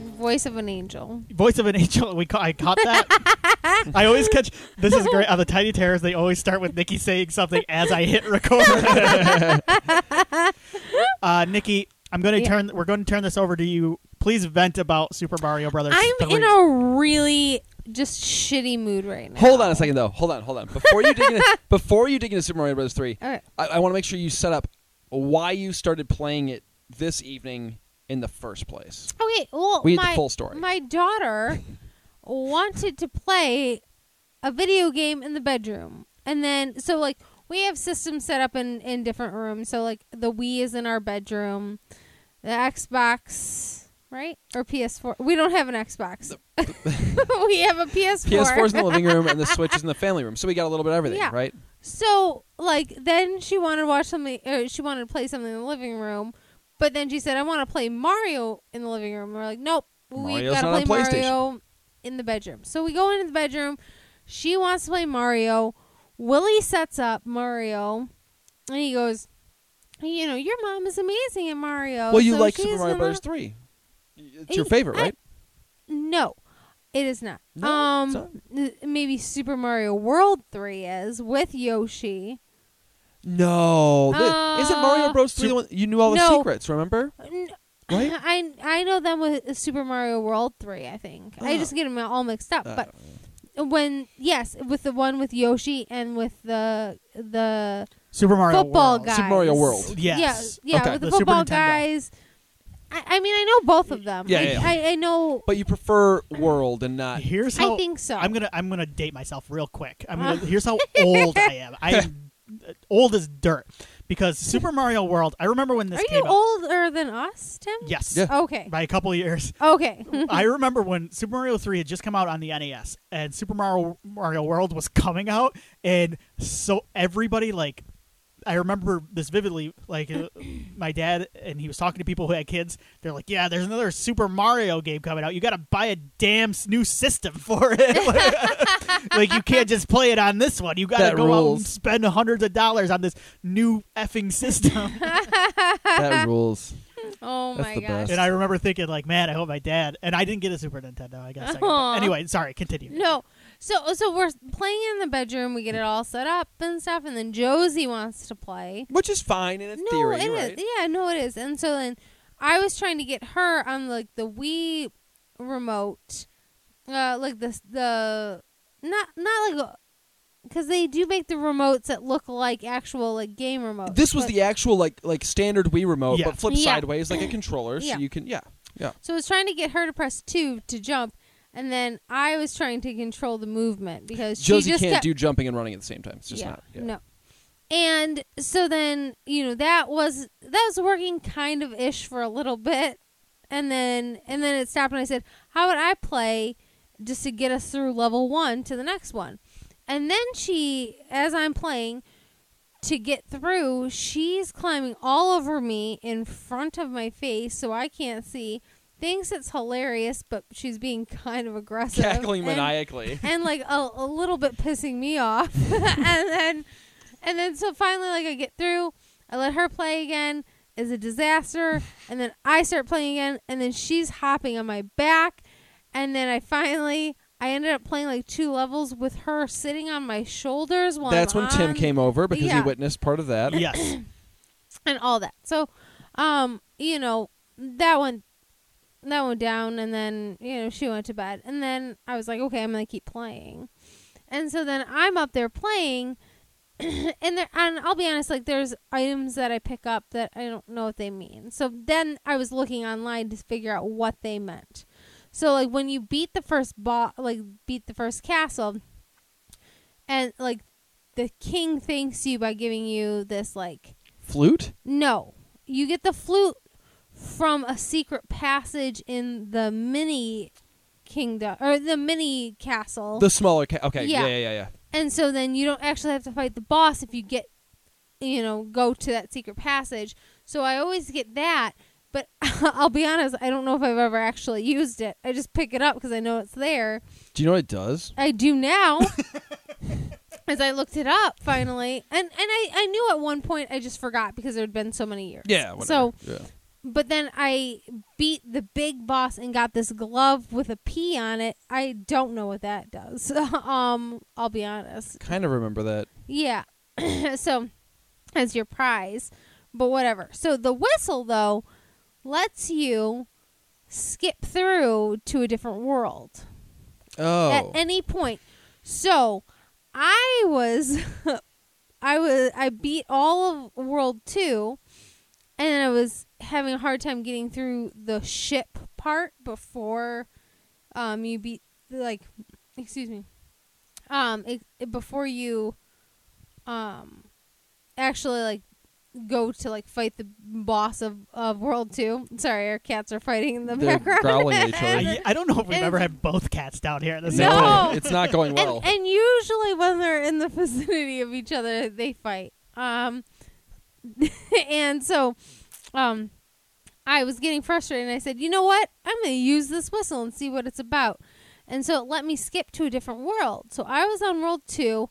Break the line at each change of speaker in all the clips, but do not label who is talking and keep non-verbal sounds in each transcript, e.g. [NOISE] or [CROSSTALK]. voice of an angel.
Voice of an Angel. We ca- I caught
[LAUGHS]
that. I always catch. This is great. On the Tiny Terrors, they always start with Nikki saying something as I hit
[LAUGHS]
record. uh, Nikki, I'm going to
Yeah.
turn. We're going to turn this over to you. Please vent about Super Mario Brothers.
I'm
3.
in a really just shitty mood right now.
Hold on a second, though. Hold on, hold on. Before you dig into, [LAUGHS] before you dig into Super Mario Bros. Three,
All right.
I, I want to make sure you set up why you started playing it this evening in the first
[LAUGHS]
place.
Okay. Oh, Well,
We need the
my,
full story.
My
[LAUGHS]
daughter wanted to play a video game in the bedroom, and then so like we have systems set up in in different rooms. So like the Wii is in our bedroom, the Xbox. Right or PS4? We don't have an Xbox. [LAUGHS] we have a PS4.
PS4 is in the living
[LAUGHS]
room, and the Switch is in the family room. So we got a little bit of everything,
Yeah.
right?
So, like, then she wanted to watch something, or she wanted to play something in the living room, but then she said, I want to play Mario in the living room. We're like, nope, we
Mario's
got
not
to
on
play
PlayStation.
Mario in the bedroom. So we go into the bedroom. She wants to play Mario. Willie sets up Mario, and he goes, you know, your mom is amazing at Mario.
well, you
Oh, so
like
she's
Super Mario
gonna-
Bros. Three. It's
Hey,
your favorite,
I-
right?
No, it is not.
No, it's
um,
not?
n- maybe Super Mario World 3 is with Yoshi.
No, th-
Uh,
isn't Mario Bros. Three the one you knew all the
no.
secrets? Remember?
N-
Right?
[LAUGHS] I I know them with Super Mario World three. I think I
Oh.
just get them all mixed up.
Uh,
but when yes, with the one with Yoshi and with the the
Super Mario
football
World.
guys,
Super Mario World.
Yes.
yeah, yeah,
Okay.
with the,
The Super
football
Nintendo.
guys. I, I mean, I know both of them.
Yeah,
I,
yeah, yeah.
I, I know.
but you prefer World
[LAUGHS]
and not.
Here's how
I think so.
I'm gonna I'm gonna date myself real quick.
[LAUGHS]
I'm
Huh?
gonna, here's how old I am. I am uh, old as dirt because Super Mario World. I remember when this
Are
came
you
out.
older than us, Tim?
Yes,
Yeah.
Okay.
by a couple of years.
Okay. [LAUGHS]
I remember when Super Mario 3 had just come out on the NES and Super Mario Mario World was coming out and so everybody like I remember this vividly like uh, my dad and he was talking to people who had kids they're like yeah there's another Super Mario game coming out you got to buy a damn s- new system for it [LAUGHS] like you can't just play it on this one you got to
That
go out
rules.
and spend hundreds of dollars on this new effing system
that rules.
oh
That's
my
the
gosh.
best.
And I remember thinking, like, man, I hope my dad. And I didn't get a Super Nintendo. I guess.
Aw.
Anyway, sorry. Continue.
Uh-huh. No. So so we're playing in the bedroom. We get it all set up and stuff, and then Josie wants to play.
Which is fine in its theory,
it is.
right?
Yeah, no, it is. And so then I was trying to get her on like the Wii remote, uh, like this the not not like because they do make the remotes that look like actual like game remotes.
This was
but-
the actual like like standard Wii remote,
Yeah.
but flipped
Yeah. [CLEARS THROAT]
sideways like a controller,
Yeah.
so you can yeah yeah.
so I was trying to get her to press two to jump, and then I was trying to control the movement because
Josie
she just
can't
kept,
do jumping and running at the same time. It's just not. Yeah.
No. And so then, you know, that was that was working kind of ish for a little bit. And then and then it stopped and I said, "How would I play just to get us through level 1 to the next one?" And then she as I'm playing to get through, she's climbing all over me in front of my face so I can't see. Thinks it's hilarious, but she's being [LAUGHS] kind of aggressive.
Cackling
and- [LAUGHS]
maniacally.
and like a, a little bit pissing me off [LAUGHS] and then and then so finally like i get through i let her play again is a disaster and then i start playing again and then she's hopping on my back and then i finally i ended up playing like two levels with her sitting on my shoulders while
That's
I'm
when Tim
on-
came over because
yeah.
he witnessed part of
[LAUGHS]
that.
Yes.
and all that so um you know that went that went down and then you know she went to bed and then i was like okay i'm gonna keep playing and so then i'm up there playing [CLEARS THROAT] and there and i'll be honest like there's items that i pick up that i don't know what they mean so then i was looking online to figure out what they meant so like when you beat the first boss like beat the first castle and like the king thanks you by giving you this like
Flute?
no. You get the flute from a secret passage in the mini kingdom or the mini castle.
The smaller ca- okay,
Yeah.
yeah, yeah, yeah. yeah.
and so then you don't actually have to fight the boss if you get you know, go to that secret passage. So I always get that, but [LAUGHS] I'll be honest, I don't know if I've ever actually used it. I just pick it up because I know it's there.
Do you know what it does?
I do
[LAUGHS]
now. As I looked it up finally, and and I, I knew at one point I just forgot because there had been so many years.
Yeah,
So
whatever. yeah.
but then I beat the big boss and got this glove with a P on it. I don't know what that does. [LAUGHS] um, I'll be honest.
Kind of remember that.
Yeah. [CLEARS THROAT] so, as your prize, but whatever. So the whistle though lets you skip through to a different world at
Oh,
any point. So I was, [LAUGHS] I was, I beat all of World Two, and I was having a hard time getting through the ship part before, um, you beat like, excuse me, um, it, it- before you, um, actually like go to like fight the boss of, of world two sorry our cats are fighting in the
They're
background
growling at each
[LAUGHS]
other.
And-
I, I don't know if we've
and-
ever had both cats down here. At the same
[LAUGHS]
time.
No.
it's not going well.
And, and usually when they're in the [LAUGHS] vicinity of each other, they fight. Um, [LAUGHS] and so, um, I was getting frustrated, and I said, "You know what? I'm going to use this whistle and see what it's about." And so it let me skip to a different world. So I was on world two.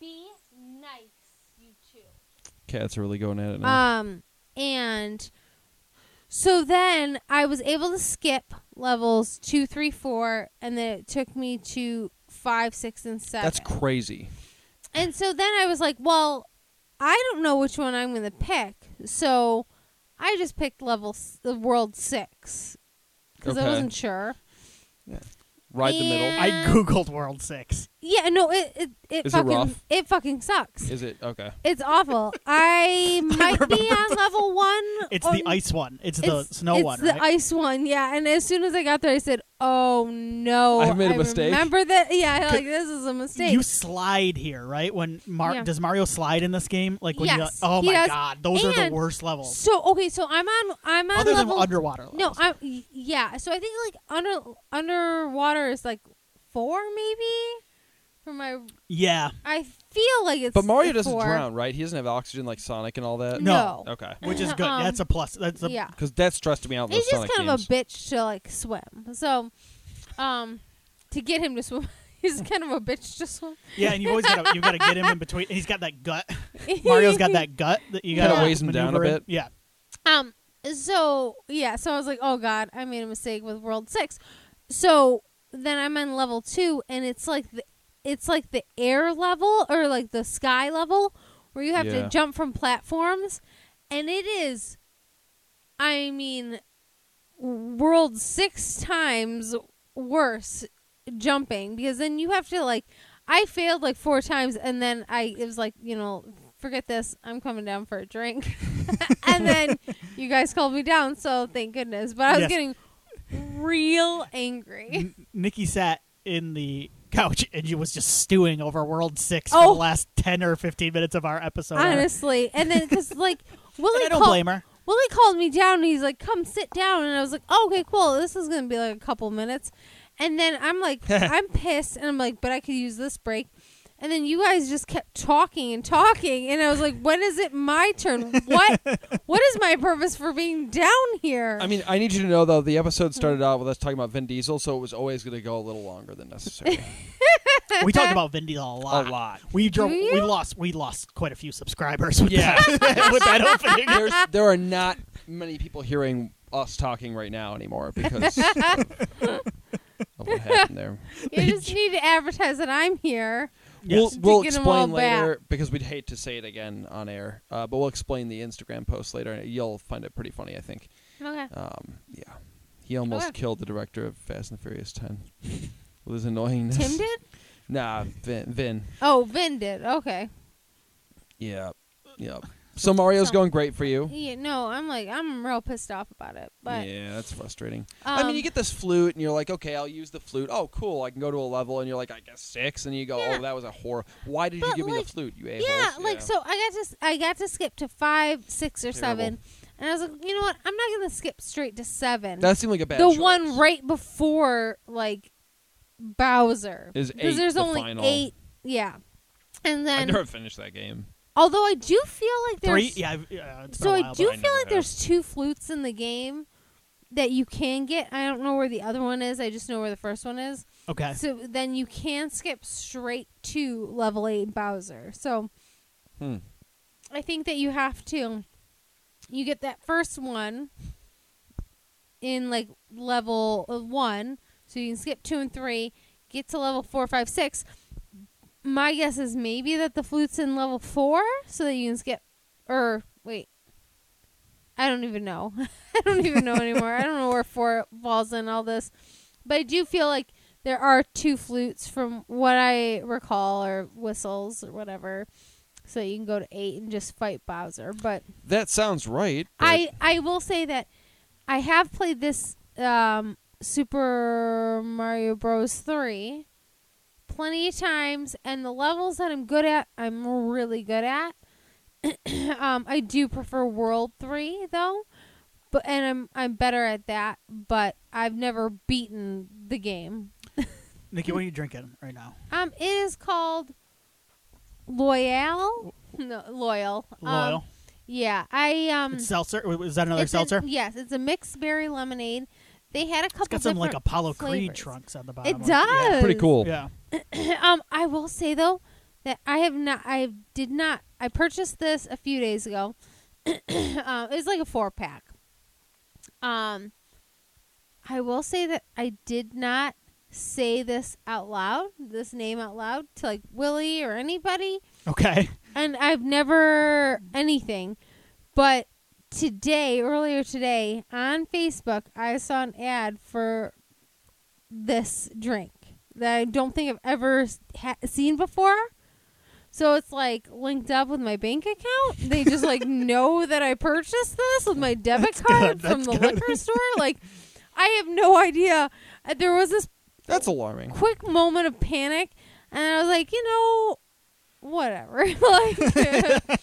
Be nice, you two.
Cats are really going at it now.
Um, and so then I was able to skip levels two, three, four, and then it took me to five, six, and seven.
That's crazy.
and so then I was like, well, I don't know which one I'm going to pick. So I just picked level s- the world six because
Okay.
I wasn't sure.
Right the middle.
and- [LAUGHS]
I googled World Six.
Yeah, no, it it, it
Is it
fucking
rough?
it fucking sucks.
Is it okay?
It's awful.
[LAUGHS]
I might be on level one.
It's
or
the ice one. It's, the snow
Oh, it's
one,
the
right?
ice one, yeah. And as soon as I got there, I said, "Oh no,
I've made a mistake."
Remember that? Yeah,
C-
like this is a mistake.
You slide here, right? When Mar-
Yeah.
does Mario slide in this game? Like when
Yes,
you, oh
he
my
does.
god, those are the
And
worst levels.
so okay, so I'm on I'm on
Other than
level.
underwater levels.
no, I'm y- yeah. So I think like under underwater is like four maybe. For my,
yeah,
I feel like it's.
But Mario doesn't
four.
drown, right? He doesn't have oxygen like Sonic and all that.
No.
No.
Okay.
which is good.
[LAUGHS] Um,
That's a plus. That's a
Yeah.
Because that stressed me out. in
He's
those
just
Sonic
kind
games.
of a bitch to like swim. So, um, to get him to swim, [LAUGHS] he's kind of a bitch to swim.
yeah, and you always gotta you gotta get him in between. And he's got
[LAUGHS]
that gut. Mario's got that gut that you
Kinda
gotta
weighs him down a
maneuver in.
bit.
Yeah,
Um. So yeah. So I was like, oh god, I made a mistake with World Six. So then I'm on level two, and it's like the it's like the air level or like the sky level where you have
Yeah.
to jump from platforms, and it is, I mean, World Six times worse jumping because then you have to like I failed like four times and then I it was like, you know, forget this, I'm coming down for a drink. [LAUGHS] and then you guys called me down, so thank goodness. But I was
Yes. Mm,
getting real angry. [LAUGHS]
N- Nikki sat in the couch and she was just stewing over World Six
Oh.
for the last ten or fifteen minutes of our episode. on it.
Honestly. And then cuz like
[LAUGHS] And
Willie
I don't
called
blame her.
Willie called me down and he's like, "Come sit down." And I was like, oh, "Okay, cool. This is going to be like a couple minutes." And then I'm like,
[LAUGHS]
I'm pissed and I'm like, "But I could use this break." And then you guys just kept talking and talking and I was like, "When is it my turn?
[LAUGHS]
What what is my purpose for being down here?"
I mean, I need you to know though, the episode started
Hmm.
out with us talking about Vin Diesel, so it was always going to go a little longer
[LAUGHS]
than necessary.
We talked about Vin Diesel a lot.
a lot.
We drove.
Do
We
you?
lost. We lost quite a few subscribers. With
Yeah.
that, [LAUGHS]
[LAUGHS]
with that opening.
[LAUGHS] There's, there are not many people hearing us talking right now anymore
[LAUGHS]
because of, of what happened there. [LAUGHS]
you just need to advertise that I'm here.
Yes.
We'll,
To
we'll
get 'em all
explain
back.
later because we'd hate to say it again on air, uh, but we'll explain the Instagram post later, and you'll find it pretty funny, I think.
Okay.
Um, yeah, he almost
Okay.
killed the director of Fast and Furious Ten [LAUGHS] with his annoyingness.
Tim did?
Nah, Vin. Vin.
Oh, Vin did. Okay.
Yeah,
[LAUGHS]
yeah. So Mario's going great for you.
Yeah, no, I'm like I'm real pissed off about it. But
yeah, that's frustrating.
um,
I mean, you get this flute, and you're like, okay, I'll use the flute. Oh, cool, I can go to a level, and you're like, I guess six, and you go,
Yeah.
oh, that was a horror. Why did you
But,
give me
like,
the flute? You a
Yeah, like so I got to s- I got to skip to five, six, or
Terrible.
seven, and I was like, you know what? I'm not gonna skip straight to seven.
that seemed like a bad.
the
choice.
one right before like Bowser
Is eight
because there's
the
only
final?
eight. Yeah, and
I
then
never finished that game.
although I do feel like
Three.
there's
Yeah. I've- yeah it's been
so
a
I
while,
do
I
feel
never
like there's two flutes in the game that you can get. I don't know where the other one is. I just know where the first one is.
but- Okay.
So then you can skip straight to level eight Bowser. So
Hmm.
I think that you have to you get that first one in like level of one, so you can skip two and three, get to level four, five, six. My guess is maybe that the flute's in level four, so that you can skip. Or wait, I don't even know. [LAUGHS] I don't even know anymore. I don't know where four falls in all this, but I do feel like there are two flutes from what I recall, or whistles, or whatever. So you can go to eight and just fight Bowser, but
That sounds right. but
I I will say that I have played this um, Super Mario Bros. three plenty of times, and the levels that I'm good at, I'm really good at. [COUGHS] um, I do prefer World three though, but and I'm I'm better at that, but I've never beaten the game.
Nikki, what are you drinking right now?
Um, it is called Loyal. No, loyal. Um,
Loyal.
yeah, I um.
It's seltzer. Wait, Is that another
It's a-
seltzer?
yes, it's a mixed berry lemonade. They had a couple.
it's got some like
different
Apollo Creed
flavors.
trunks on the bottom.
It
of
does.
Pretty cool.
Yeah.
[CLEARS THROAT] um, I will say though that I have not. I did not. I purchased this a few days ago. [CLEARS THROAT] um, it was like a four pack. Um, I will say that I did not say this out loud, this name out loud to like Willie or anybody.
Okay.
and I've never anything, but today, earlier today, on Facebook, I saw an ad for this drink that I don't think I've ever s- ha- seen before. So it's like linked up with my bank account. They just
[LAUGHS]
like know that I purchased this with my debit card
good,
from
that's
the
good.
liquor store. Like, I have no idea. Uh, There was this
That's alarming.
quick moment of panic and I was like, you know, whatever. [LAUGHS]
[LAUGHS]
like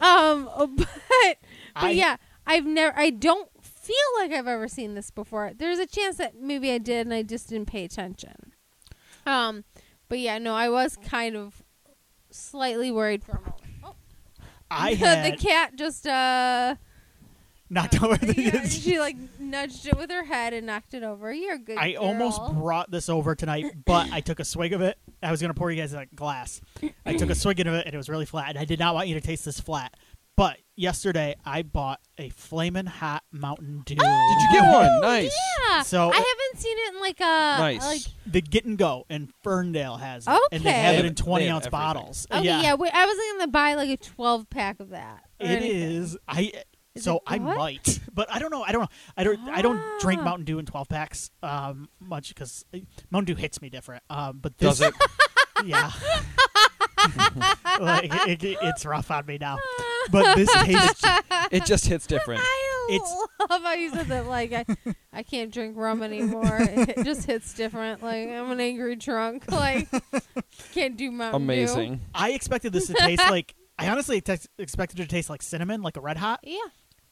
um but but
I-
yeah, I've never I don't feel like I've ever seen this before. There's a chance that maybe I did and I just didn't pay attention. Um but yeah, no, I was kind of slightly worried for a moment. [LAUGHS]
I
the
had
cat just
[LAUGHS]
uh [LAUGHS]
knocked over [LAUGHS] the.
yeah, she like nudged it with her head and knocked it over. You're a good
I almost
girl.
brought this over tonight, but I took a swig of it. I was gonna pour you guys a glass. I took a swig of it, and it was really flat. And I did not want you to taste this flat. But yesterday, I bought a flaming hot Mountain Dew.
Did you get one? Nice.
Oh, [LAUGHS] yeah.
So-
I haven't seen it in like a
Nice.
like [LAUGHS]
The Get and Go in Ferndale has it, and they
Okay. They
have it
have-
in
they have
twenty ounce
everything.
bottles.
Okay,
yeah,
Oh, yeah. wait, I was gonna buy like a twelve pack of that. or
It
anything.
is. I
Is
so
it
I
good?
might, but I don't know. I don't. know. I don't. I don't drink
Ah.
Mountain Dew in twelve packs um, much because Mountain Dew hits me different. Um, but this,
Does it?
yeah, [LAUGHS] like it, it- it's rough on me now. But this tastes.
It just hits different.
I
It's-
love how you said that. Like I, I can't drink rum
[LAUGHS]
anymore. It just hits different. Like I'm an angry drunk. [LAUGHS] Like can't do Mountain Dew.
Amazing.
I expected this to taste like. I honestly tex- expected it to taste like cinnamon, like a red hot.
Yeah.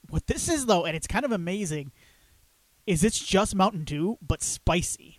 What this is though, and it's kind of amazing, is it's just Mountain Dew but spicy.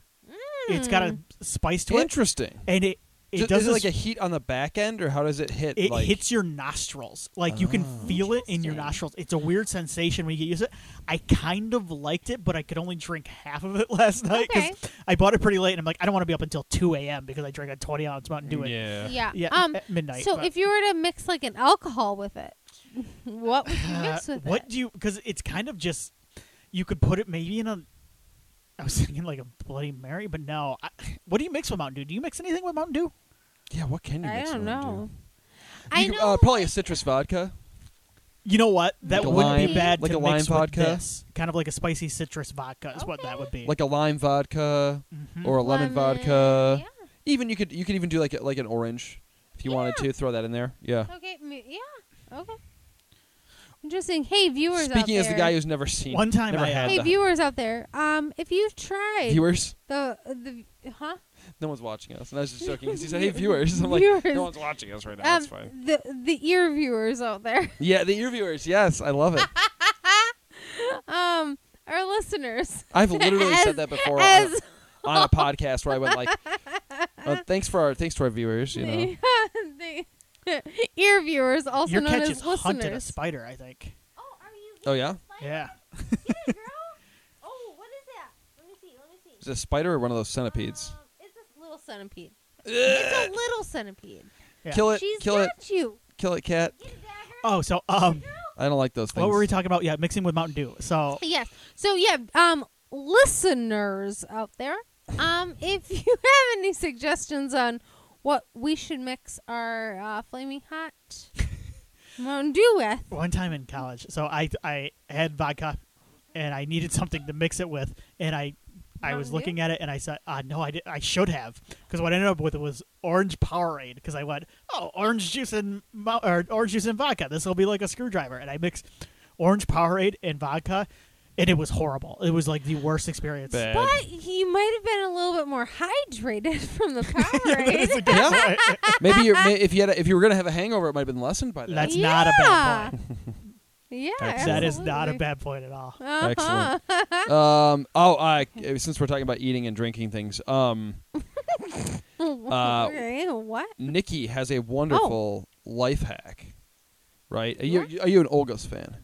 It's got a spice to it,
Interesting.
and it it
Ju-
does
is it like
this-
a heat on the back end, or how does it hit?
it
like,
hits your nostrils like you can
Oh.
feel it in your
Interesting.
nostrils it's a weird sensation when you get used to it i kind of liked it but i could only drink half of it [LAUGHS] last night because
Okay.
i bought it pretty late and i'm like i don't want to be up until 2 a.m because i drank a 20 ounce mountain dew at-
Yeah.
Yeah.
yeah
um.
at midnight
so
but-
if you were to mix like an alcohol with it, [LAUGHS] what
[SIGHS]
would you
Uh,
mix with
what
it?
do you because it's kind of just you could put it maybe in a i was [LAUGHS] thinking like a bloody mary but no I, [SIGHS] what do you mix with mountain dew do you mix anything with mountain dew
Yeah. What can you?
I
mix
don't
it into?
know.
You
I
could-
know.
Uh, probably a citrus vodka.
you know what? That
Like a
wouldn't be
lime-
bad
like
to
a lime
mix
vodka?
with this. Kind of like a spicy citrus vodka is what that
Okay.
would be.
like a lime vodka
Mhm.
or a
Lemon,
lemon, vodka.
yeah.
Even you could you could even do like a, like an orange if you wanted to throw that in there. Yeah.
Okay. m- Yeah. Okay. Interesting. Hey, viewers. out
Speaking as the
there.
guy who's never seen
One time
never
I uh,
had
had-
Hey,
the-
viewers out there. Um, if you've tried
viewers.
the the huh
No one's watching us, and I was just joking. 'cause He said, "Hey viewers," I'm like,
Viewers.
"No one's watching us right now.
um
That's fine."
the the ear viewers out there [LAUGHS]
Yeah, the ear viewers. Yes, I love it.
um our listeners
I've literally
As-
said that before on,
as
a- on a podcast where I went like,
[LAUGHS]
uh, "Thanks for our thanks to our viewers." You know,
[LAUGHS] the ear viewers also
Your
known
catch
as
is hunted a
listeners
spider, I think.
oh are you
Oh, yeah?
Yeah.
yeah girl oh what is that let me see let me see
is it a spider or one of those centipedes?
Um, it's a little centipede it's a little centipede
Yeah.
Kill it!
she's
kill
got
it!
you
Kill it, cat!
get a dagger
Oh, so um,
girl
I don't like those things.
What were we talking about? Yeah, mixing with Mountain Dew. So
Oh, Yes. So yeah, um listeners out there, um if [LAUGHS] you have any suggestions on what we should mix our uh, flaming
[LAUGHS]
hot Mountain Dew with.
one time in college, so I I had vodka, and I needed something to mix it with, and I I
Mountain
was
Dew?
looking at it and I said, uh, no, I did, I should have because what I ended up with was orange Powerade because I went, oh, orange juice and mo- or orange juice and vodka. This will be like a screwdriver, and I mixed orange Powerade and vodka, and it was horrible. It was like the worst experience.
Bad.
But you uh, might have been a little bit more hydrated [LAUGHS] from the Powerade.
That's a good point.
Maybe you're, may- if you had a, if you were gonna have a hangover, it might have been lessened by that.
That's not a bad point.
yeah.
Excellent.
That is not a
absolutely.
bad point at all.
Uh-huh.
Excellent. um, oh, I, since we're talking about eating and drinking things, um,
[LAUGHS]
Uh,
okay, what?
Nikki has a wonderful
Oh.
life hack. Right? Are you, are you an Olga's fan?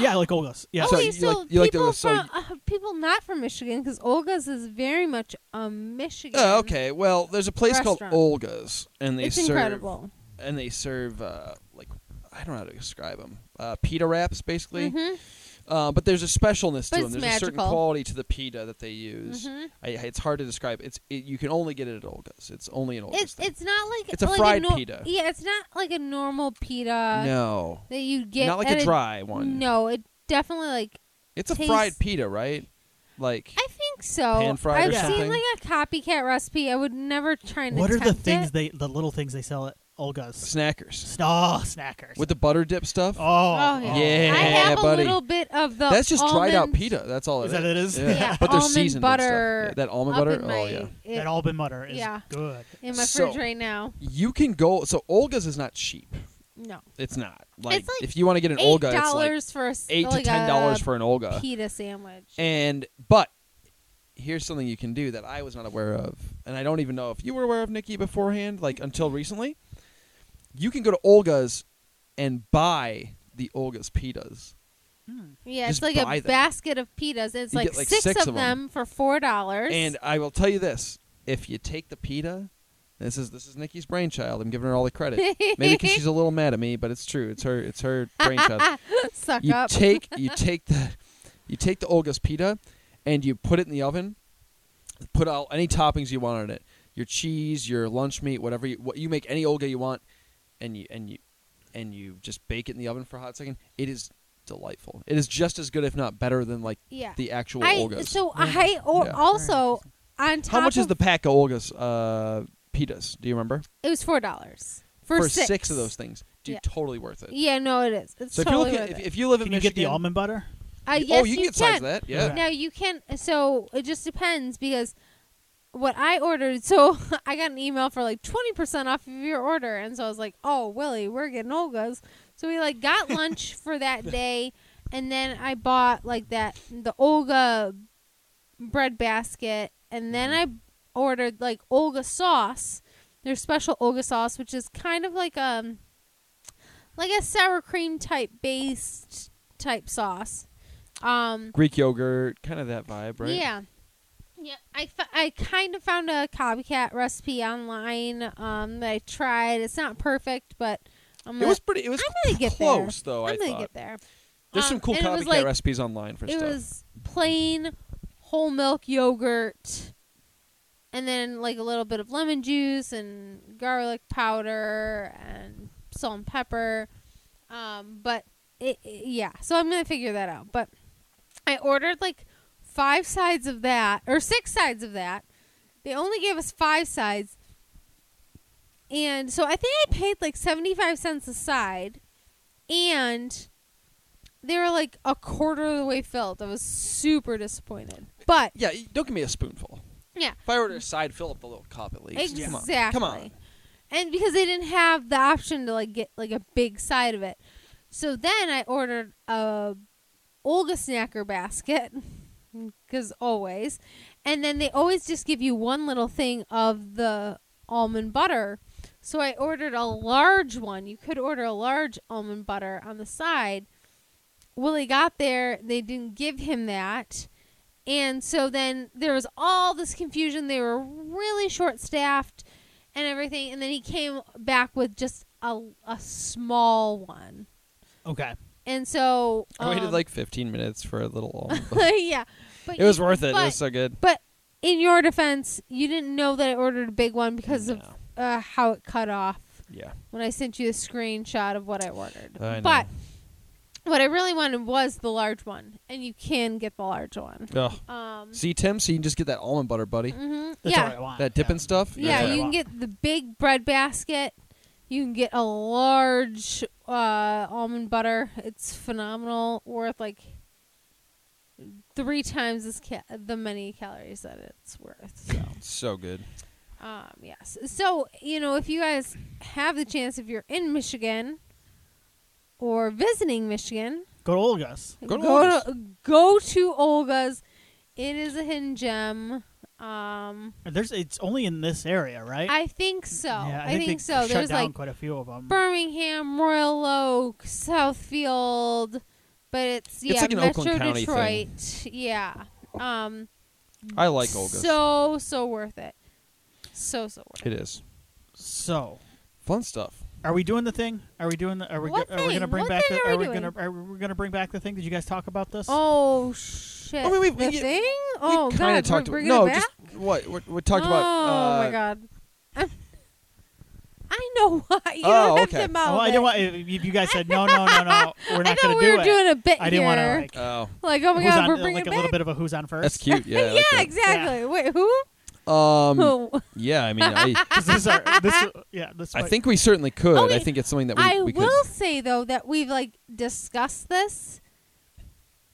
Yeah, I like Olgos. Yeah.
oh,
so
okay,
you
so
like- you like the
people
little- so
from uh, people not from Michigan, because Olga's is very much a Michigan.
Oh, okay. Well, there's a place called
Restaurant.
Olga's, and they
it's
serve
incredible.
and they serve uh, like I don't know how to describe them. Uh, pita wraps, basically.
hmm
Uh, but there's a specialness to
But
them.
it's
There's a certain
magical.
quality to the pita that they use.
Mhm.
I, it's hard to describe. It's it, you can only get it at Olga's. It's only an Olga's.
It's
thing.
it's not like
It's a
like
fried
nor-
pita.
Yeah, it's not like a normal pita
no,
that you uh, get.
not like
at
a dry one.
No, it definitely like
it's a
tastes-
fried pita, right? Like
I think so.
Pan-fried
or
I've
something?
seen like a copycat recipe. I would never try and
What are the
attempt
things
it.
they, the little things they sell at Olga's?
snackers
Sn- oh, snackers.
with the butter dip stuff.
oh,
Oh, yeah.
Yeah,
I have
buddy.
a little bit of the
That's just dried out
almond
pita. That's all.
Is that it is?
Yeah.
Yeah,
but they're
almond
seasoned and stuff.
butter
Yeah, that almond
up
butter.
in my,
oh yeah.
it-
that almond butter is
Yeah.
good.
in my
So-
fridge right now.
You can go. So Olga's is not cheap.
No,
It's not.
like
Like, if you want to get an
eight
Olga, it's like
dollars for a s-
eight
like
to ten dollars for an Olga.
a pita sandwich.
And but here's something you can do that I was not aware of, and I don't even know if you were aware of Nikki beforehand, like until recently. You can go to Olga's and buy the Olga's pitas.
Hmm.
yeah, it's
just
like
buy
a
them.
basket of pitas. It's
You
like,
get, like,
six,
six
of
of
them,
'em.
for four dollars. [LAUGHS]
And I will tell you this: if you take the pita, this is this is Nikki's brainchild. I'm giving her all the credit.
[LAUGHS]
Maybe because she's a little mad at me, but it's true. It's her. It's her brainchild.
suck
you
up. [LAUGHS]
take you take the you take the Olga's pita and you put it in the oven. Put out any toppings you want on it. Your cheese, your lunch meat, whatever you what you make any Olga you want and you and you and you just bake it in the oven for a hot second. It is delightful. It is just as good if not better than like
yeah.
the actual
I,
Olga's.
so I or
Yeah.
also on top
How much
of,
is the pack of Olga's uh pitas? Do you remember?
It was four dollars for,
six. of those things. Dude,
Yeah.
totally worth it.
Yeah, no, it is. It's
So if you
totally
look at
worth
if,
it.
if you live
Can
in
you
Michigan,
get the almond butter?
Uh,
oh,
yes,
you can get size of that. Yeah.
Yeah.
Now you can. So it just depends because what I ordered. [LAUGHS] So I got an email for like twenty percent off of your order, and so I was like, "Oh, Willie, we're getting Olga's." So we like got lunch for that day, and then I bought like that the Olga bread basket, and then I ordered like Olga sauce. Their special Olga sauce, which is kind of like um like a sour cream type based type sauce. Um,
Greek yogurt, kind of that vibe, right?
yeah. Yeah, I, f- I kind of found a copycat recipe online um, that I tried. It's not perfect, but I'm
It
gonna,
was pretty. It was
I'm gonna get there.
close though. I
I'm gonna
thought
get there.
there's
Um,
some cool
and it was
copycat
like-
recipes online for
it
stuff.
was plain whole milk yogurt, and then like a little bit of lemon juice and garlic powder and salt and pepper. Um, but it, it- yeah, so I'm gonna figure that out. But I ordered like five sides of that or six sides of that. They only gave us five sides. And so I think I paid like 75 cents a side. And they were like a quarter of the way filled. I was super disappointed. But
yeah, y- don't give me a spoonful.
yeah,
If I order a side, fill up the little cup at least. Come on.
exactly.
Come on.
And because they didn't have the option to like get like a big side of it. So then I ordered a Olga snacker basket [LAUGHS] cuz always. And then they always just give you one little thing of the almond butter. So I ordered a large one. You could order a large almond butter on the side. Willie got there, they didn't give him that. And so then there was all this confusion. They were really short staffed and everything. And then he came back with just a, a small one.
Okay.
And so
I waited
um,
like 15 minutes for a little.
[LAUGHS] yeah, but
it was
you-
worth it. it
but-
was so good.
But in your defense, you didn't know that I ordered a big one because of
No.
uh, how it cut off
Yeah.
when I sent you a screenshot of what I ordered.
I know.
But what I really wanted was the large one, and you can get the large one.
Ugh.
Um,
See, Tim, so you can just get that almond butter, buddy.
mhm,
That's
yeah,
all I want.
That dipping stuff.
yeah,
That's what I
you can
want.
get the big bread basket. You can get a large uh, almond butter. It's phenomenal, worth like three times as ca- the many calories that it's worth. So.
So good.
Um, yes. So, you know, if you guys have the chance, if you're in Michigan or visiting Michigan,
Go to Olga's.
Go to
go to, go to Olga's. It is a hidden gem. Um,
There's it's only in this area, right?
I think so.
Yeah,
I, think,
they
so.
Shut
There's
down
like
quite a few of them.
Birmingham, Royal Oak, Southfield, but it's yeah,
like an
Metro
Oakland County thing.
Detroit. Yeah. Um,
I like Olga's.
So so worth it. So so worth
it is
So,
fun stuff.
are we doing the thing? Are we doing the? Are we?
What
go- are we
thing?
gonna bring
What
back?
thing
the,
are we
gonna?
doing?
Are we gonna bring back the thing? Did you guys talk about this?
Oh shit!
Oh, wait, wait,
the
we-
thing? oh god,
we kinda
we're
talked about
bringing
no,
it back?
just what we, we talked
oh,
about.
Oh
uh,
my god, [LAUGHS] I'm, I know why you
Oh,
don't have
okay.
to mouth
Well, I
it.
didn't want. If if you guys said no,
[LAUGHS]
no, no, no, we're
I
not
thought
gonna
we
do
were
it.
doing a bit
I didn't
here.
want to like.
Oh,
like, oh my
who's
god,
on,
we're
uh,
bringing
like
it
a little
back.
bit of a who's on first.
that's
[LAUGHS]
cute. Yeah. I like
yeah,
that.
exactly. Wait, who?
Um.
Who?
Yeah. I
[LAUGHS]
mean, I.
'Cause this is our- this is- yeah, this.
I
might-
think we certainly could.
Oh,
I
wait.
think it's something that we,
I
we could.
will say though that we've like discussed this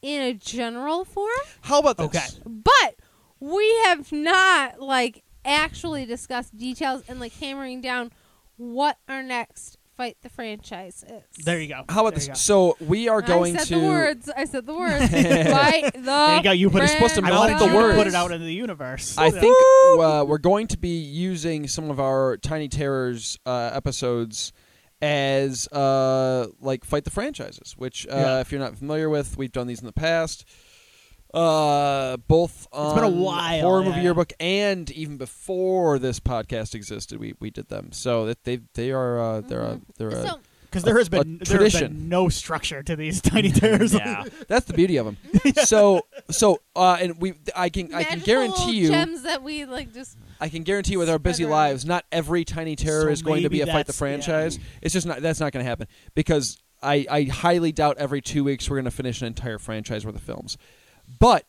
in a general form,
How about this?
Okay.
but we have not like actually discussed details and like hammering down what our next fight the franchise is.
There you go.
How about
There
this?
you go.
So we are going
I said
to.
the words. I said the
[LAUGHS]
words. fight the.
There you go. You put
franchise.
it-
You're supposed to
I
mouth
wanted
the
you to put
words.
it out into the universe.
I
Yeah. [LAUGHS]
think uh, we're going to be using some of our Tiny Terrors uh, episodes as uh, like fight the franchises, which uh,
Yeah.
if you're not familiar with, we've done these in the past. Uh, both on
been a while,
horror
yeah,
movie
yeah.
yearbook and even before this podcast existed, we, we did them. So that they they are uh, they're a, they're a,
Mm-hmm. So
because there has
a- a
been there has
tradition.
been no structure to these [LAUGHS] tiny terrors.
yeah. That's the
[LAUGHS]
beauty of them. So so uh, and we I can I can
magical
guarantee you
gems that we like just
I can guarantee with our busy
Spread around.
lives, not every tiny terror
So
is going to be
maybe
a fight the
that's-
franchise. It's just not that's not going to happen because I, I highly doubt every two weeks we're going to finish an entire franchise worth of films. But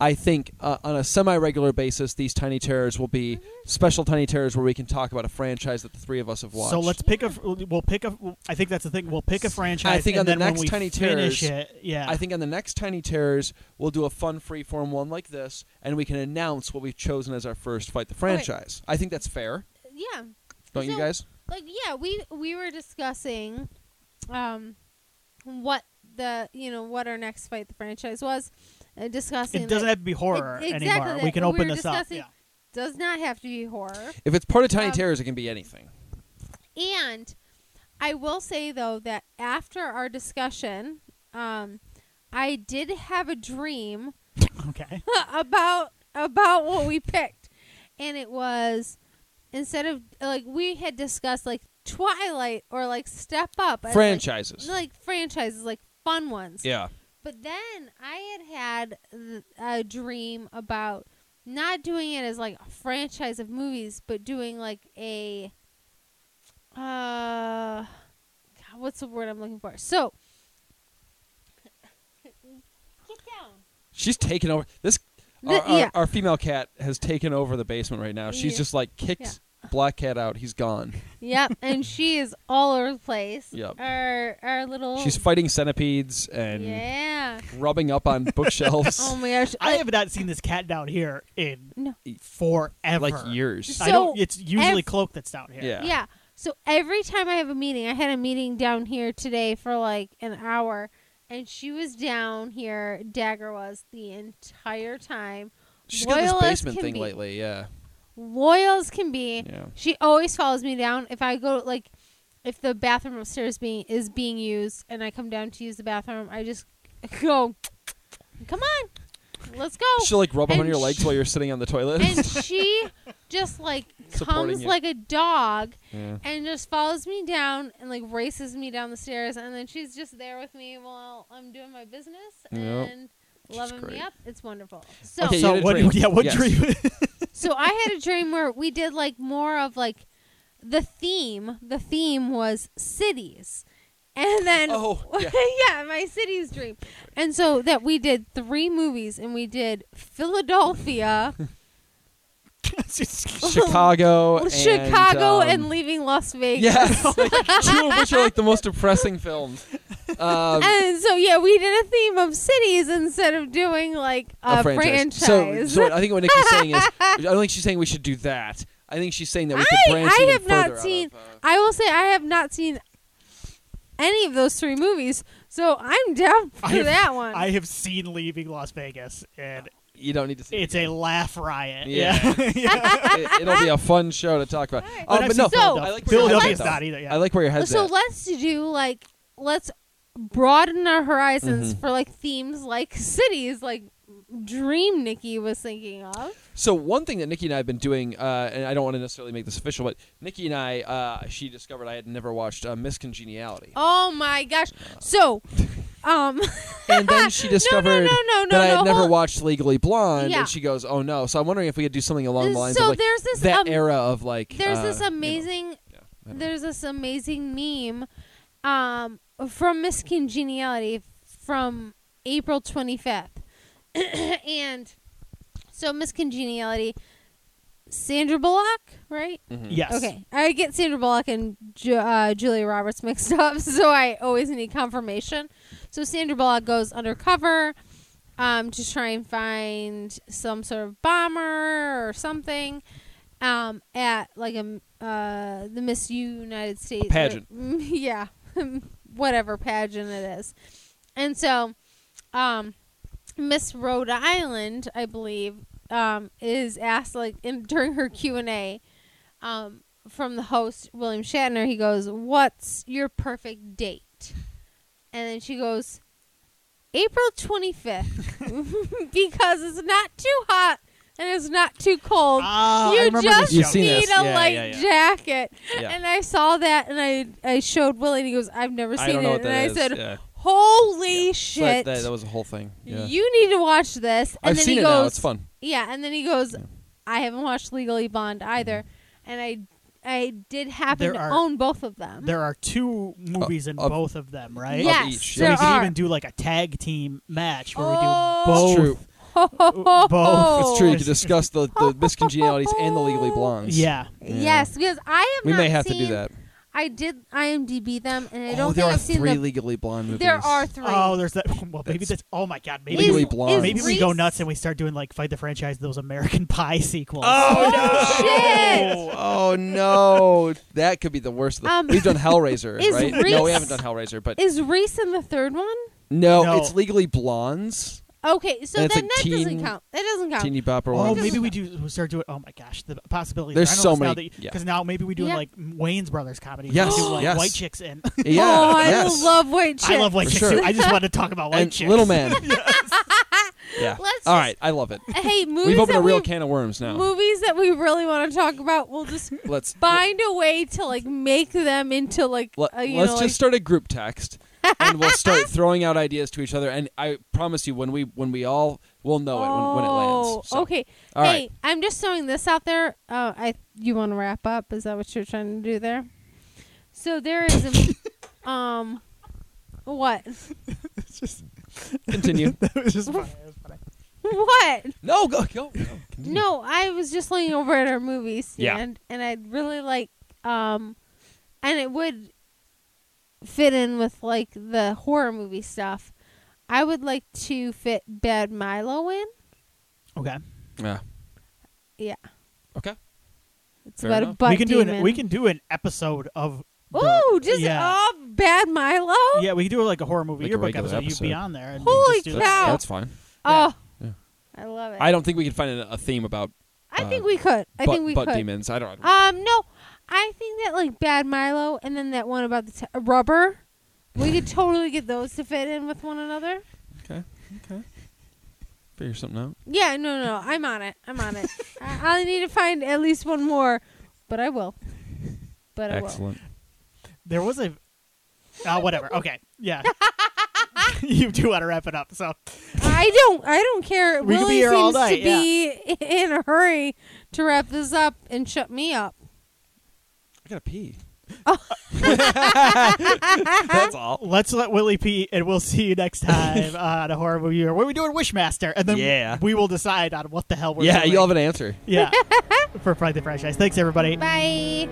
I think uh, on a semi regular basis, these tiny terrors will be
Mm-hmm.
special tiny terrors where we can talk about a franchise that the three of us have watched.
[LAUGHS] So let's pick a. We'll pick a. I think that's the thing. We'll pick a franchise.
I think
and
on the
then
next
when we
Tiny
finish
Terrors,
it, yeah.
I think on the next Tiny Terrors, we'll do a fun free form one like this, and we can announce what we've chosen as our first fight the franchise. I think that's fair,
yeah
don't you
So-
guys?
like yeah we we were discussing um what the you know what our next fight the franchise was uh, discussing
it doesn't
that
have to be horror
Ex- exactly
anymore.
that.
We can
We
open
were
this up.
discussing-
yeah.
does not have to be horror
If it's part of Tiny
Um,
Terrors, it can be anything.
and I will say though that after our discussion um I did have a dream [LAUGHS]
Okay.
about about what we picked and it was instead of like we had discussed like twilight or like step up as,
Franchises.
like, like franchises like fun ones
yeah.
but then i had had th- a dream about not doing it as like a franchise of movies but doing like a uh God, what's the word i'm looking for so get down
She's taken over. This our,
Th-
our-
yeah.
our female cat has taken over the basement right now. She's
Yeah.
just like kicked black cat out. He's gone.
Yep, and she is all over the place.
Yep.
Our our little
She's fighting centipedes and
Oh. Yeah.
rubbing
[LAUGHS]
up on bookshelves
Oh my gosh.
I have not seen this cat down here in
No.
forever.
like years.
I don't.
So,
It's usually
ev-
cloak that's down here.
Yeah.
Yeah. So every time I have a meeting, I had a meeting down here today for like an hour and she was down here, Dagger was the entire time.
She's got this
Loyal as
basement
can
thing
be.
lately. Yeah.
Loyal as can be.
Yeah.
She always follows me down. If I go like if the bathroom upstairs being is being [LAUGHS] used and I come down to use the bathroom, I just go come on. let's go.
She'll like rub them on
Oh, And
your legs
she-
while you're sitting on the
[LAUGHS]
toilet. [LAUGHS]
and she just like
Supporting
comes
you.
like a dog [LAUGHS]
yeah.
and just follows me down and like races me down the stairs and then she's just there with me while I'm doing my business
Yep.
and
She's
loving
great.
me up. It's wonderful. So
Okay, you
so
had a
what?
dream.
Yeah, what
Yes.
dream?
[LAUGHS] so I had a dream where we did like more of like the theme. The theme was cities. And then [LAUGHS]
Oh, yeah.
yeah, my cities dream. And so that we did three movies and we did
[LAUGHS]
Philadelphia
Chicago, and,
Oh, Chicago
um,
and leaving
[LAUGHS]
Las Vegas. [LAUGHS]
Yes, like, two of which are like the most depressing films. Um,
And so yeah, we did a theme of cities instead of doing like a,
a
franchise.
So, so what- I think
[LAUGHS]
what Nikki's saying is, I don't think she's saying we should do that. I think she's saying that we could branch
I
even
have not
further out
seen-
of, uh,
I will say I have not seen any of those three movies, so I'm down for
I have-
that one.
[LAUGHS] I have seen Leaving Las Vegas, and
you don't need to see.
it's a laugh riot.
Ah, Yeah.
[LAUGHS]
[LAUGHS]
yeah.
it, it'll be a fun show to talk about.
Alright.
Oh,
I've
but no,
So-
seen
I like where your
Philadelphia's
head's at, though.
not either. Yeah.
I like where your head's
so
at.
let's do like let's broaden our
Mm-hmm.
horizons for like themes like cities, like Dream Nikki was thinking of.
So one thing that Nikki and I have been doing, uh, and I don't want to necessarily make this official, but Nikki and I, uh, she discovered I had never watched uh, Miss Congeniality,
Oh my gosh! So, um, [LAUGHS]
and then she discovered
no, no, no,
that I had
no,
never
hold-
watched Legally Blonde,
Yeah.
and she goes, "Oh no!" So I'm wondering if we could do something along the lines
so
of like
there's this
that
um,
era of like
there's
uh,
this
you know,
amazing
yeah, I don't know.
there's this amazing meme um, from Miss Congeniality from April 25th. [COUGHS] and so Miss Congeniality, Sandra Bullock, right?
Mhm.
Yes.
Okay. I get Sandra Bullock and Ju- uh, Julia Roberts mixed [LAUGHS] up, so I always need confirmation. So Sandra Bullock goes undercover um, to try and find some sort of bomber or something um, at like a m- uh, the Miss United States
pageant.
or- [LAUGHS] yeah, whatever pageant it is, and so um, Miss Rhode Island, I believe, um, is asked like in, during her Q and A um, from the host William Shatner. He goes, "What's your perfect date?" And then she goes, "April twenty fifth, [LAUGHS] because it's not too hot and it's not too cold.
Ah, I
you
remember
just
this
You've
joke.
seen
need
this.
a
Yeah,
light
yeah, yeah.
jacket."
Yeah.
And I saw that, and I I showed Willie, and he goes, "I've never
I
seen
don't
it."
know what
and I
that is.
said,
yeah.
"Holy
So that-
shit!"
that, that was a whole thing. Yeah.
You need to watch this. And
I've
then
seen
he
it
goes,
now. It's fun.
yeah, and then he goes,
Yeah.
"I haven't watched Legally Blonde either," and I, I did happen
There
to
are-
own both of them.
There are two movies in
of-
both of them, right?
yes,
each,
So
there
we could
are.
even do like a tag team match where
Oh.
we
It's
do
true.
both.
Ho, ho, ho, [LAUGHS]
Both.
ho.
It's true. You could discuss the,
[LAUGHS]
the miscongenialities and the legally blondes.
Yeah.
Yeah.
Yes, because I have.
We
not
may have to do
seen-
that.
I did IMDb them, and I don't
oh,
think
there are
I've seen
three
them.
legally blonde movies.
there are three.
Oh, there's that. [LAUGHS] Well, maybe
That's-
that's. Oh my God. Maybe
Legally
Is-
we,
Blonde.
is
maybe we go
Reese-
nuts and we start doing like fight the franchise those American [LAUGHS] Pie sequels.
Oh, [LAUGHS]
[LAUGHS] Oh no, that could be the worst. Of the-
Um,
We've done Hellraiser,
is
right? no, we
Reese-
haven't done Hellraiser, but
Is Reese in the third one?
no,
No.
it's legally blondes.
Okay, so then
And it's like
that doesn't
teen-
count. That doesn't count.
Teeny bopper
Oh,
ones.
maybe we do we start doing. Oh my gosh, the possibilities.
There's
I know
so
it's now
many-
Because
yeah.
now maybe we do
Yeah.
like Wayne's Brothers comedy.
Yes,
we do, like
yes.
White
[LAUGHS]
chicks and
Yeah.
oh, I
yes.
love white chicks.
I love White
For
chicks
sure.
too.
[LAUGHS]
I just wanted to talk about White
and
chicks.
Little Man. yeah.
Let's
All
just-
right, I love it.
Hey, movies
We've opened
that
a real
we
can of worms now.
movies that we really want to talk about. We'll just
Let's
find a way to like make them into like
Let,
uh, you
us
know,
just
like,
start a group text, and we'll
[LAUGHS]
start throwing out ideas to each other. And I promise you, when we when we all will know it when, when it
Oh,
lands. So,
Okay.
All
hey,
right.
I'm just throwing this out there. Uh, I you want to wrap up? Is that what you're trying to do there? So there is a,
[LAUGHS]
um, what?
[LAUGHS]
[LAUGHS]
It's just,
Continue.
[LAUGHS] that was just funny. It was funny.
What?
no, go go. go. Continue.
No, I was just looking over at our movie
Yeah.
stand, and I'd really like, um, and it would fit in with like the horror movie stuff. I would like to fit Bad Milo in.
Okay,
Yeah.
Yeah.
Okay.
It's
Fair
about a
enough.
butt
we can
demon.
do an we can do an episode of. the-
Ooh, just
yeah.
oh, Bad Milo.
yeah, we can do like a horror movie
Like a
yearbook
regular
episode. You'd be
episode.
on there. And
Holy
just do
That's,
that.
cow.
that's fine.
Oh,
Yeah.
I love it.
I don't think we can find a, a theme about
I
uh,
think we could. I
butt,
think we
butt
could.
demons. I don't.
Um, no, I think that like Bad Milo, and then that one about the t- rubber. We could totally get those to fit in with one another.
okay. Okay. Figure something out.
Yeah, no, no, I'm on it. I'm on it. I, I need to find at least one more, but I will. But I will.
Excellent.
There was a. Uh, whatever. Okay.
[LAUGHS]
Yeah. [LAUGHS] you do want to wrap it up. So
I don't. I don't care.
We could be
Willie
here all
seems
night,
to be [LAUGHS] in a hurry to wrap this up and shut me up.
I gotta pee.
Oh.
[LAUGHS] That's all.
let's let Willie pee, and we'll see you next
[LAUGHS]
time on a horror movie. Where we doing Wishmaster, and then
Yeah.
we will decide on what the hell we're
yeah,
doing. [LAUGHS]
you'll have an answer.
yeah for Pride the franchise. Thanks everybody.
Bye.